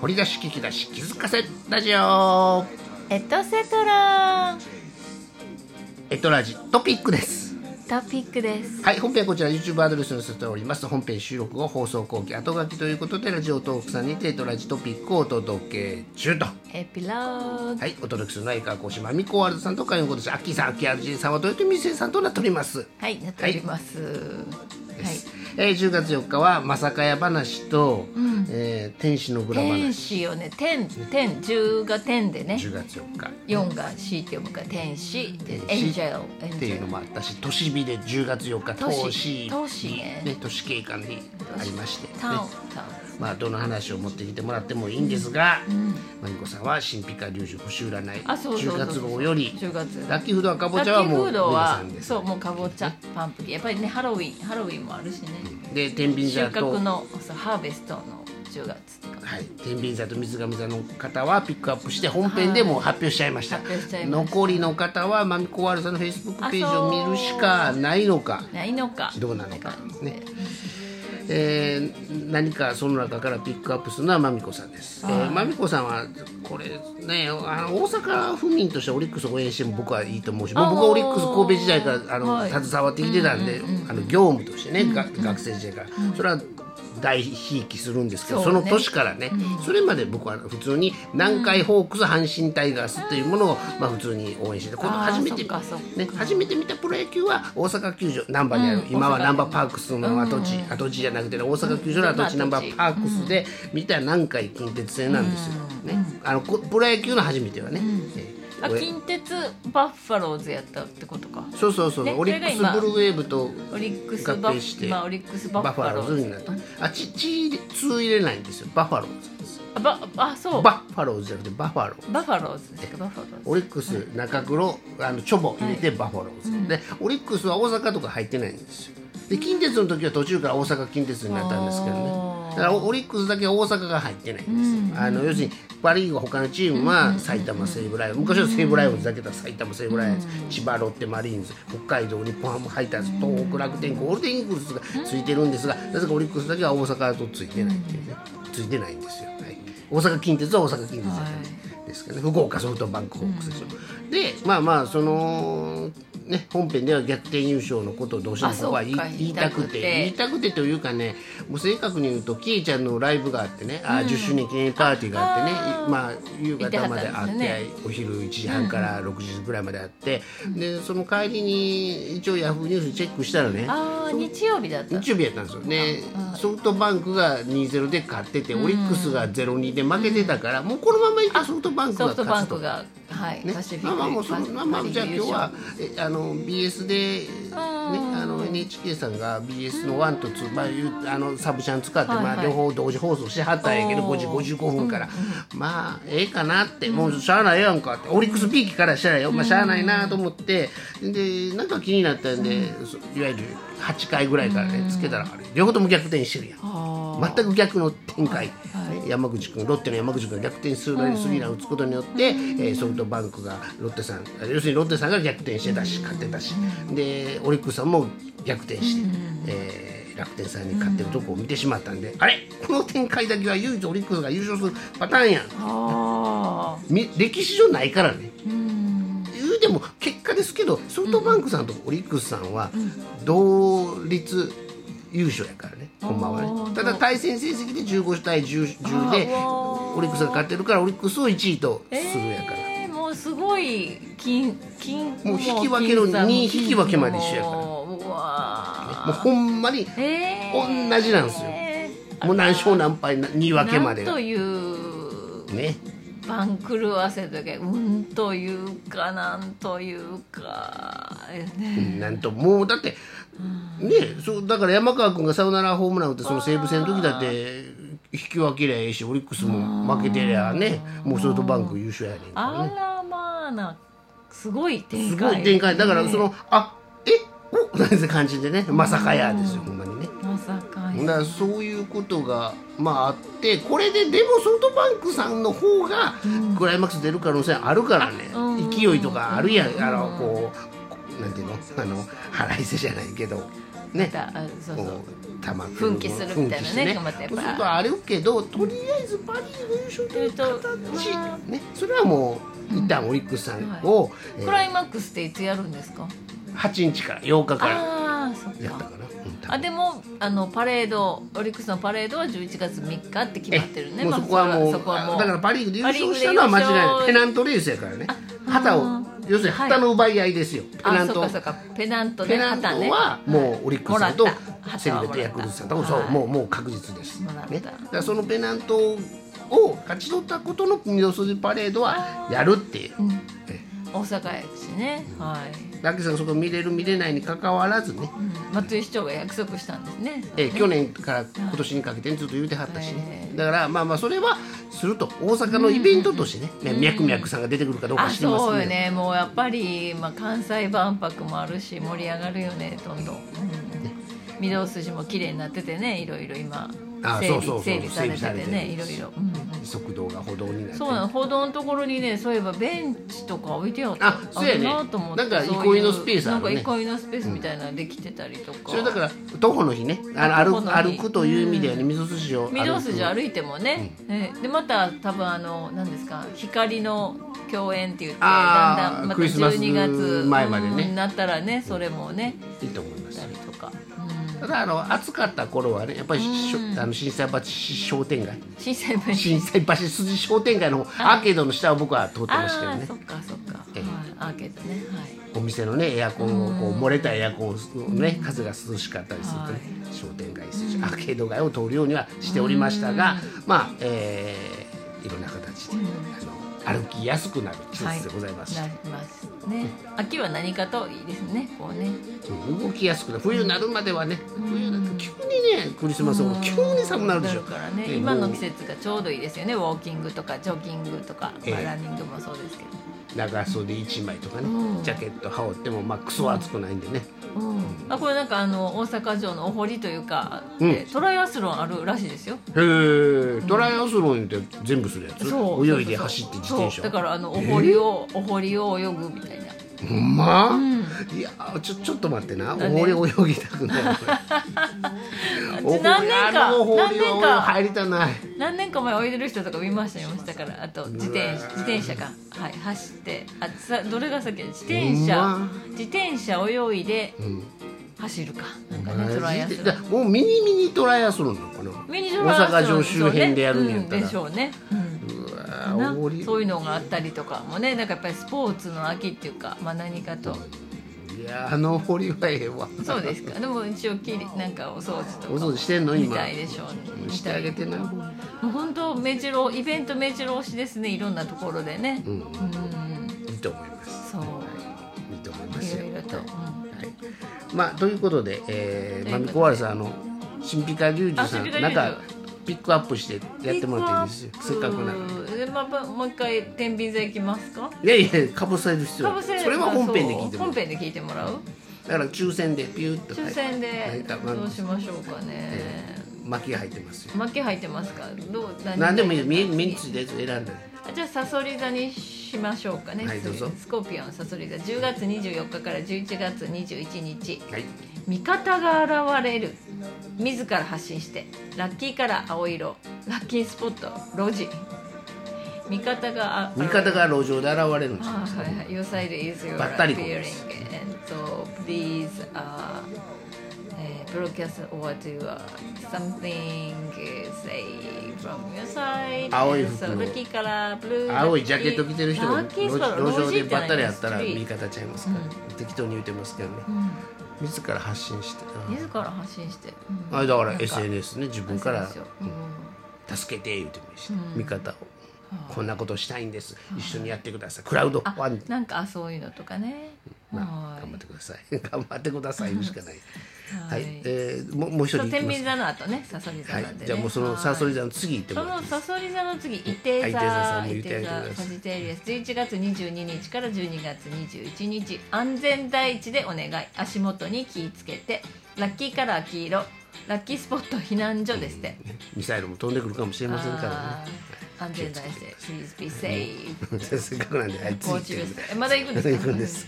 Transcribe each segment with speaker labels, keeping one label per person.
Speaker 1: 掘り出し聞き出し気づかせラジオ
Speaker 2: エトセトラ
Speaker 1: エトラジトピックです
Speaker 2: トピックです
Speaker 1: はい本編はこちら YouTube アドレスに載せております本編収録後放送後期後書きということでラジオトークさんにてエトラジトピックをお届け中と
Speaker 2: エピローグ
Speaker 1: はいお届けするのは川講師まみこワールドさんとかようことしアッキーさんアッキーアルジーさんは豊臣せさんとなっております
Speaker 2: はいなっておりますはい
Speaker 1: えー、10月4日は「まさかや話と」えー天使のブラ
Speaker 2: 天
Speaker 1: 話」
Speaker 2: 使をね天天十が天でね
Speaker 1: 10月4日
Speaker 2: 四が死って読むから天使
Speaker 1: 天
Speaker 2: でエ
Speaker 1: 使
Speaker 2: ンジェルエ
Speaker 1: っ
Speaker 2: ン
Speaker 1: て
Speaker 2: ジ
Speaker 1: いうの
Speaker 2: ェ
Speaker 1: もあったし都市日で10月4日
Speaker 2: 都市
Speaker 1: 都市
Speaker 2: 都市ね
Speaker 1: ね都市景観にありまして、ね
Speaker 2: ル、タウンタ
Speaker 1: まあどの話を持ってきてもらってもいいんですが、まゆこさんは神秘家龍樹星占い
Speaker 2: あそうそうそう
Speaker 1: 10月号より
Speaker 2: 10月
Speaker 1: ラッキーフードはか
Speaker 2: ウン
Speaker 1: ぼちゃはも
Speaker 2: ラッキーフ
Speaker 1: う
Speaker 2: ード
Speaker 1: メ
Speaker 2: は
Speaker 1: グさんです
Speaker 2: そうもうかぼちゃパンプキンやっぱりねハロウィンハロウィンもあるしね
Speaker 1: で天秤
Speaker 2: 収
Speaker 1: 座と
Speaker 2: 穫のそうハーベストの10月とか
Speaker 1: はい、天秤座と水上座の方はピックアップして本編でもう発表しちゃいました,、
Speaker 2: はい発表しちゃいました
Speaker 1: 残りの方はマミコワールドさんのフェイスブックページを見るしかないのか
Speaker 2: ないのか
Speaker 1: どうなのかね、えー何かその中からピックアップするのはまみこさんです、えー、まみこさんはこれねあの大阪府民としてオリックスを応援しても僕はいいと思うしもう僕はオリックス神戸時代からあの、
Speaker 2: はい
Speaker 1: 携わってきてたんで、あの業務としてね、が学生時代から、それは大ひいきするんですけどそ,、
Speaker 2: そうね
Speaker 1: の年からね、それまで僕は普通に南海ホークス阪神タイガースっていうものを、まあ、普通に応援しててこの
Speaker 2: あー
Speaker 1: 初めて
Speaker 2: そっかそっか
Speaker 1: ね、初めて見たプロ野球は大阪球場難波にある、今は難波パークスの跡地、跡地じゃなくてね大阪球場の跡地
Speaker 2: う
Speaker 1: 難
Speaker 2: ん
Speaker 1: 波パークスで見た南海近鉄線なんですよ、ね、あのこプロ野球の初めてはね、え
Speaker 2: あ
Speaker 1: おや
Speaker 2: 近鉄バッファローズやったってことか
Speaker 1: そうそうそう、
Speaker 2: ね
Speaker 1: オリックスブ
Speaker 2: それが今
Speaker 1: ルーウェーブと
Speaker 2: オリックス
Speaker 1: 合
Speaker 2: バ
Speaker 1: 併して
Speaker 2: ッ、まあ、オリックスバ
Speaker 1: バッ
Speaker 2: ッフ
Speaker 1: フ
Speaker 2: ァ
Speaker 1: ァロ
Speaker 2: ロ
Speaker 1: ーズ
Speaker 2: ー
Speaker 1: に
Speaker 2: ズ
Speaker 1: なったあちち通入れないんですよバッファローズ
Speaker 2: あバあそうバ
Speaker 1: バッファローズじゃなくてバッファロー
Speaker 2: ッファローズですかバッファローズ
Speaker 1: オリックス中黒あのチョボ入れてバファローズ、でオリックスは大阪とか入ってないんですよで近鉄の時は途中から大阪近鉄になったんですけどねだからオオリックスだけは大阪が入ってないんですよ、あの要するにパ・リーグ他のチームは埼玉西武ライオンズ昔は西武ライオンズだけだった埼玉西武ライオンズ、千葉ロッテマリーンズ北海道日本ハムファイターズ東北楽天ゴールデンイーグルスがついてるんですがなぜかオリックスだけは大阪とついてないっていうねついてないんですよ、はい、大阪近鉄は大阪近鉄だったんです、ですかね福岡ソフトバンクホークスでしょ、でまあまあそのね本編では逆転優勝のことをどうしても
Speaker 2: あ
Speaker 1: ここは言い
Speaker 2: そうか
Speaker 1: 言いたくて言
Speaker 2: 言
Speaker 1: い
Speaker 2: い
Speaker 1: たくてというかねもう正確に言うとキイちゃんのライブがあってね、あ10周年記念パーティーがあってねいまあ夕方まであって
Speaker 2: 見てはったんで
Speaker 1: お昼1時半から6時ぐらいまであって、でその帰りに一応ヤフーニュースチェックしたらね
Speaker 2: ああ日曜日だった
Speaker 1: 日曜日やったんですよね、ソフトバンクが2-0で勝ってて、オリックスが0-2で負けてたから、もうこのままいったソフトバンクが
Speaker 2: ソフト
Speaker 1: 勝つ
Speaker 2: バン
Speaker 1: と
Speaker 2: クがはい、
Speaker 1: ね
Speaker 2: パシフィッ、ク
Speaker 1: まあまあもうそのまあまあじゃあ今日はえあの BS で、ね、あの NHK さんが BS の1と2、まあいう、あのサブチャン使って、
Speaker 2: はいはい
Speaker 1: まあ、両方同時放送してはったんやけど
Speaker 2: お
Speaker 1: 5時55分から、まあええかなってもうしゃあないやんかってオリックス B 期からしたらよ、まあ、しゃあないなと思ってでなんか気になったんで、そいわゆる8回ぐらいからねつけたらあれ両方とも逆転してるやん。全く逆の展開、ね山口君ロッテの山口君が逆転するのにスリーランを打つことによって、えーソフトバンクがロッテさん要するにロッテさんが逆転してたし勝ってたしでオリックスさんも逆転して、えー楽天さんに勝ってるとこを見てしまったんで、あれこの展開だけは唯一オリックスが優勝するパターンやん
Speaker 2: あ
Speaker 1: み歴史上ないからね。言うでも結果ですけどソフトバンクさんとオリックスさんは同率優勝やからね、こんばんは
Speaker 2: あ
Speaker 1: ね
Speaker 2: ー
Speaker 1: ただ対戦成績で15対 10, 10で
Speaker 2: あーうわー
Speaker 1: オリックスが勝ってるからオリックスを1位と
Speaker 2: あ
Speaker 1: するやから、
Speaker 2: えー、もうすごい金金
Speaker 1: もう引き分けの
Speaker 2: もう金さん
Speaker 1: 二引き分けまで一緒やから
Speaker 2: もううわ
Speaker 1: もうほんまに
Speaker 2: ーえー、
Speaker 1: 同じなんですよもう何勝何敗な2分けまで
Speaker 2: な
Speaker 1: が
Speaker 2: んという
Speaker 1: ね
Speaker 2: 番狂わせというかうんというかなんというかね、
Speaker 1: なんともうだってねそうだから山川君がサヨナラホームラン打ってその西武戦の時だって引き分けりゃええしオリックスも負けてりゃねもうソフトバンク優勝やねんからね
Speaker 2: あらまあなすごい展開
Speaker 1: すごい展開だからそのあえお なんて感じでねまさかやですよほんまにね
Speaker 2: まさか
Speaker 1: だからそういうことがまああってこれででもソフトバンクさんの方がクライマックス出る可能性あるからね勢いとかあるやんあのこうなんていうの あの腹いせじゃないけどね
Speaker 2: だあそうそう
Speaker 1: こうたま
Speaker 2: 奮起するみたいなね頑張ってやっぱ
Speaker 1: そうするとあれるけどとりあえずパ・リーグ優勝という形、
Speaker 2: えっとまあ
Speaker 1: ね、それはもう一旦オリックスさんを、えー
Speaker 2: クライマックスっていつやるんですか
Speaker 1: 8日から8日から
Speaker 2: ああそっ
Speaker 1: やったか
Speaker 2: か
Speaker 1: な、うん多分
Speaker 2: あでもあのパレードオリックスのパレードは11月3日って決まってるね
Speaker 1: もう
Speaker 2: まあ
Speaker 1: そこはもう,、
Speaker 2: そこはもう
Speaker 1: だからパ・リーグで優勝したのは間違い
Speaker 2: パリー
Speaker 1: ない
Speaker 2: グ
Speaker 1: ペ
Speaker 2: で優勝
Speaker 1: ナントレースやからね旗を
Speaker 2: あ
Speaker 1: 要するに旗の奪い合いですよ、ペナ
Speaker 2: あ
Speaker 1: ン
Speaker 2: そう
Speaker 1: ト
Speaker 2: かそうかペナント
Speaker 1: ペ
Speaker 2: ね
Speaker 1: ナント
Speaker 2: 旗ね
Speaker 1: はもうオリックスさんと
Speaker 2: もらった
Speaker 1: セリベとヤクルトさんと
Speaker 2: 旗は
Speaker 1: そう
Speaker 2: も
Speaker 1: も
Speaker 2: らった
Speaker 1: うもう確実です、ね
Speaker 2: もらっ、
Speaker 1: だ
Speaker 2: た
Speaker 1: からそのペナントを勝ち取ったことのミド筋パレードはやるっていう、
Speaker 2: うん
Speaker 1: え
Speaker 2: 大阪やしねはい、
Speaker 1: えラッキーさんがそこ見れる見れないにかかわらずね、
Speaker 2: うん、松井市長が約束したんですね
Speaker 1: ええ去年から今年にかけてずっと言うてはったしね、だからまあまあそれはすると大阪のイベントとしてね、ねミャクミャクさんが出てくるかどうか
Speaker 2: あ
Speaker 1: 知ってます
Speaker 2: そうよねもうやっぱり、まあ、関西万博もあるし盛り上がるよねどんどん、うん、御堂筋も綺麗になっててねいろいろ今
Speaker 1: あ
Speaker 2: 整
Speaker 1: そうそうそ
Speaker 2: 理
Speaker 1: う
Speaker 2: 整理されて
Speaker 1: 整備
Speaker 2: て
Speaker 1: され
Speaker 2: ね
Speaker 1: て
Speaker 2: い
Speaker 1: る
Speaker 2: ろいろ、うんうん
Speaker 1: 速道が歩道になって
Speaker 2: そうなの歩道のところにねそういえばベンチとか置いてあった
Speaker 1: あそうやね
Speaker 2: あるなと思って
Speaker 1: なんか
Speaker 2: そういう
Speaker 1: 憩いのスペースあるね
Speaker 2: なんか憩いのスペースみたいなのできてたりとか、
Speaker 1: それだから徒歩の日ねあの歩
Speaker 2: 徒歩の
Speaker 1: く
Speaker 2: 日
Speaker 1: 歩くという意味ではね溝筋を
Speaker 2: 御堂筋
Speaker 1: く
Speaker 2: 歩いてもね、えでまた多分あの何ですか光の共演って言って
Speaker 1: あー
Speaker 2: だんだんまた
Speaker 1: クリスマス
Speaker 2: 12月
Speaker 1: 前までね
Speaker 2: うんなったらねそれもね
Speaker 1: いいと思います
Speaker 2: たりとか、
Speaker 1: ただあの暑かった頃はねやっぱりしょあの震災橋商店街
Speaker 2: うん、震災前
Speaker 1: 震災橋筋商店街のアーケードの下を僕は通ってましたけど
Speaker 2: ああ
Speaker 1: ね
Speaker 2: そっかそっか、
Speaker 1: ええ
Speaker 2: はい、アーケードね
Speaker 1: お店のねエアコンをこう漏れたエアコンをね風が涼しかったりするとね商店街筋アーケード街を通るようにはしておりましたがまあえーいろんな形であの歩きやすくなる季
Speaker 2: はい、
Speaker 1: 節でございます
Speaker 2: はい、なりますね秋は何かといいですねこうね
Speaker 1: 動きやすくなる冬になるまではね、冬になって急にねクリスマスも急に寒くなるでしょ
Speaker 2: だからね、
Speaker 1: ええ
Speaker 2: 今の季
Speaker 1: も
Speaker 2: 節がちょうどいいですよねウォーキングとかジョギングとか、
Speaker 1: ええ
Speaker 2: まあランニングもそうですけど
Speaker 1: う長袖1枚とかね、
Speaker 2: うん
Speaker 1: ジャケット羽織ってもまあクソ暑くないんでね、
Speaker 2: うんあこれなんかあの大阪城のお堀というか、
Speaker 1: うん
Speaker 2: えトライアスロンあるらしいですよ
Speaker 1: へえトライアスロンって全部するやつ
Speaker 2: そう
Speaker 1: 泳いで
Speaker 2: そう
Speaker 1: 走
Speaker 2: そう
Speaker 1: って自転車
Speaker 2: そうだからあのお堀を、お堀を泳ぐみたいな
Speaker 1: ほんま、いやーちょちょっと待ってな
Speaker 2: なんで
Speaker 1: 俺泳ぎたく ない俺
Speaker 2: 何年か
Speaker 1: あの氷
Speaker 2: 何
Speaker 1: は
Speaker 2: 年
Speaker 1: 俺
Speaker 2: か
Speaker 1: 入りたない
Speaker 2: 何年か前泳いでる人とか見ましたよ見ましたからあと自転自転車が、はい、走ってあさどれが先自転
Speaker 1: ほん
Speaker 2: 車
Speaker 1: ま
Speaker 2: 自転車泳いで走るか、なんかねトライア
Speaker 1: マジ
Speaker 2: ス
Speaker 1: で
Speaker 2: ロ
Speaker 1: だ
Speaker 2: ン
Speaker 1: もうミニミニトライアスロンなのかな
Speaker 2: ミニトライアスロン
Speaker 1: 大阪城周辺でやるんやったら
Speaker 2: でしょうね、うんでしょうねうん
Speaker 1: うわ
Speaker 2: か
Speaker 1: ー
Speaker 2: な
Speaker 1: おごり
Speaker 2: そういうのがあったりとかもねなんかやっぱりスポーツの秋っていうか、まあ、何かと
Speaker 1: いやーあの堀はええわ
Speaker 2: そうですかでも一応きりなんかお掃除とか
Speaker 1: お掃除してんの今
Speaker 2: みたいでしょうね
Speaker 1: してあげてな
Speaker 2: もう本当目白イベント目白押しですねいろんなところでね
Speaker 1: うん
Speaker 2: うん
Speaker 1: いいと思います
Speaker 2: そう
Speaker 1: いいと思います
Speaker 2: い
Speaker 1: よ
Speaker 2: ろいろと、うん
Speaker 1: はいまあということで、えー、
Speaker 2: ということで
Speaker 1: まみこわらさんあの神秘家龍二さ
Speaker 2: あ神秘家
Speaker 1: ん
Speaker 2: 龍二
Speaker 1: なんかピックアップしてやってもらっていいですよせっかくなんで
Speaker 2: でまあもう一回天秤座行きますか
Speaker 1: いやいやかぶせる必要
Speaker 2: か
Speaker 1: な
Speaker 2: ぶ
Speaker 1: い
Speaker 2: せ
Speaker 1: それは本編で聞いて
Speaker 2: あそう
Speaker 1: も
Speaker 2: 本
Speaker 1: らう
Speaker 2: 編で聞いてもらう
Speaker 1: だから抽選でピューっと
Speaker 2: 抽選で
Speaker 1: はい
Speaker 2: どうしましょうかね
Speaker 1: 巻きが入ってますよ
Speaker 2: 負け入ってますかどう
Speaker 1: 何でもいいみみんつでやつ選んで
Speaker 2: あじゃあサソリ座にしましょうかね、
Speaker 1: はいどうぞ
Speaker 2: スコーピオンサソリ座10月24日から11月21日
Speaker 1: はい
Speaker 2: 味方が現れる自ら発信してラッキーカラー青色ラッキースポット路地味方があ
Speaker 1: 味方が路上で現れるんですよ
Speaker 2: あはいはい Your side is your
Speaker 1: ばったりこ
Speaker 2: feeling
Speaker 1: です
Speaker 2: and so please、uh, えー broadcast or do、uh, something uh, say from your side
Speaker 1: 青い服
Speaker 2: And so,
Speaker 1: の
Speaker 2: lucky color, blue,
Speaker 1: 青いジャケット着てる人が
Speaker 2: lucky
Speaker 1: 路
Speaker 2: color
Speaker 1: 路上で
Speaker 2: lucky じ
Speaker 1: ば
Speaker 2: ゃな
Speaker 1: っ
Speaker 2: い
Speaker 1: たりやったら味
Speaker 2: street
Speaker 1: 方ちゃいますから、ね適当に言うてますけどね、自ら発信して
Speaker 2: 自ら発信して、うん
Speaker 1: ああだから
Speaker 2: なんか
Speaker 1: SNS ね自分から
Speaker 2: そうですようん
Speaker 1: 助けて言うてもいいし、味方を、こんなことしたいんです、一緒にやってくださいクラウドファンディング
Speaker 2: なんかそういうのとかね、は
Speaker 1: 頑張ってください 頑張ってください言うしかないは
Speaker 2: はい
Speaker 1: い、えーもうもう一
Speaker 2: い、
Speaker 1: 人
Speaker 2: そう
Speaker 1: いき
Speaker 2: 天
Speaker 1: ます
Speaker 2: 秤座の後ねサソリ座
Speaker 1: はい
Speaker 2: なんで、ね、
Speaker 1: じゃあもうそのサソリ座の次行っても
Speaker 2: そ
Speaker 1: らっ
Speaker 2: の
Speaker 1: ていい
Speaker 2: サソリ座の次、伊手
Speaker 1: はい
Speaker 2: 座、
Speaker 1: 伊手座さんも言っ
Speaker 2: 伊
Speaker 1: てあ
Speaker 2: 手
Speaker 1: げてくださ
Speaker 2: 座、
Speaker 1: い
Speaker 2: サジテリアス、11月22日から12月21日、安全第一でお願い、足元に気をつけて、ラッキーカラー黄色、ラッキースポット避難所ですって。
Speaker 1: ミサイルも飛んでくるかもしれませんからね
Speaker 2: あー安全第一で Please be safe
Speaker 1: せっかくなんで、はい、
Speaker 2: 高知ですえまだ行くんですか
Speaker 1: 行くんです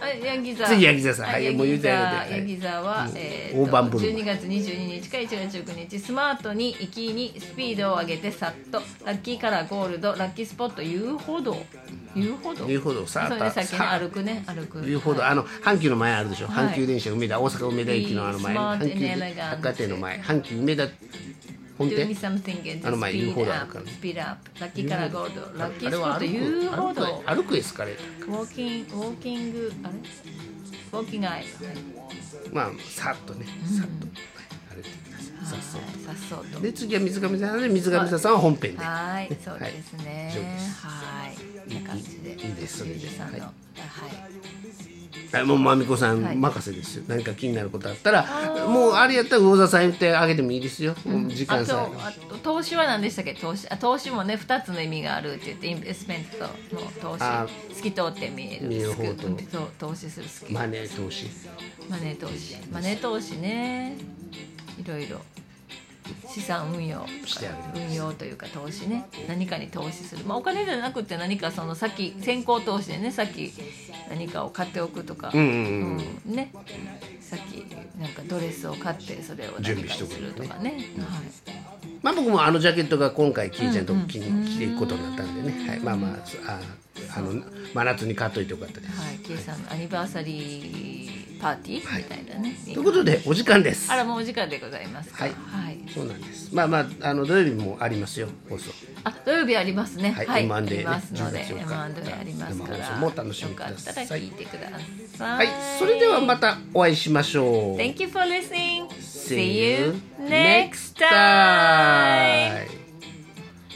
Speaker 2: あヤギ座
Speaker 1: 次ヤギ座さん
Speaker 2: あ
Speaker 1: はい
Speaker 2: ヤギ座
Speaker 1: もう言うてあげてはい
Speaker 2: ヤギ座は、えー
Speaker 1: 大盤振る舞い
Speaker 2: 12月22日から1月19日スマートに行きにスピードを上げてさっとラッキーカラーゴールドラッキースポット遊歩道遊歩道
Speaker 1: 遊歩道さあ
Speaker 2: それで
Speaker 1: さあ
Speaker 2: 先に歩くね歩く
Speaker 1: いうほど、
Speaker 2: はい
Speaker 1: あの阪急の前あるでしょ、
Speaker 2: はい
Speaker 1: 阪急電車梅田大阪梅田駅のあの前
Speaker 2: Be smart
Speaker 1: 阪急
Speaker 2: and elegant
Speaker 1: 百貨店の前阪急梅田本
Speaker 2: Do me
Speaker 1: 店
Speaker 2: something and
Speaker 1: あの前
Speaker 2: speed
Speaker 1: 遊歩道ある
Speaker 2: up
Speaker 1: から
Speaker 2: speed up ラッキーカラーゴールドラッキー
Speaker 1: あれ
Speaker 2: スポ
Speaker 1: は
Speaker 2: ッ
Speaker 1: 歩
Speaker 2: ト遊歩
Speaker 1: く
Speaker 2: 道
Speaker 1: 歩く歩くエスカレータ
Speaker 2: ウォーキングウォーキングあれウォーキングアイ
Speaker 1: ーまあさっとねさっと歩いてください、さっそ
Speaker 2: さっそうと
Speaker 1: うで次は水上さんで水上さんは本編で
Speaker 2: はいそうですね
Speaker 1: 以上です
Speaker 2: はいこんな感じで
Speaker 1: いいいいですそれで
Speaker 2: ゆうじさんの
Speaker 1: は
Speaker 2: はい
Speaker 1: はい、もうまみこさ
Speaker 2: はい
Speaker 1: ん任せですよ、何か気になることあったら
Speaker 2: ー
Speaker 1: もうあれやったら魚座さん言ってあげてもいいですよ、もう時
Speaker 2: あ
Speaker 1: 間
Speaker 2: と
Speaker 1: さ
Speaker 2: あと投資は何でしたっけ投資あ投資もね二つの意味があるって言ってインベストメントの投資
Speaker 1: あ
Speaker 2: 透き通って見える
Speaker 1: 見える方と
Speaker 2: 透き通投資するスキル
Speaker 1: マネー投資
Speaker 2: マネー投資マネー投資ねいろいろ資産運用
Speaker 1: してあげる
Speaker 2: 運用というか投資ね何かに投資する、まあ、お金じゃなくて何かそのさっき先行投資でねさっき何かを買っておくとか、
Speaker 1: うんうんうん
Speaker 2: うんねさっきなんかドレスを買ってそれを
Speaker 1: 準備
Speaker 2: 何か
Speaker 1: しと
Speaker 2: に
Speaker 1: く
Speaker 2: するとかねはい
Speaker 1: まあ僕もあのジャケットが今回キイちゃんとこ気に着ていくことになったんでね、はい、まあまあああの真夏に買っといてよかったです、
Speaker 2: はい、ケイさんのアニバーサリーパーティーみたいなね、
Speaker 1: ということでお時間です
Speaker 2: あらもうお時間でございますか
Speaker 1: はい
Speaker 2: はい
Speaker 1: そうなんですまあまああの土曜日もありますよ放送
Speaker 2: あ土曜日ありますね。
Speaker 1: はい
Speaker 2: あ
Speaker 1: M&A
Speaker 2: りますので、
Speaker 1: ね
Speaker 2: M&A ありますか
Speaker 1: 生放
Speaker 2: ら、
Speaker 1: 送もお楽しみください
Speaker 2: よかったら聞いてくださ。
Speaker 1: はいいそれではまたお会いしましょう
Speaker 2: Thank you for listening.
Speaker 1: See
Speaker 2: See
Speaker 1: you
Speaker 2: you
Speaker 1: next
Speaker 2: next time.
Speaker 1: time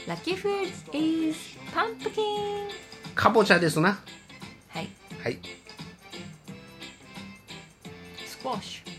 Speaker 2: Lucky food is pumpkin.
Speaker 1: かぼちゃですな
Speaker 2: はい、
Speaker 1: はい
Speaker 2: squash.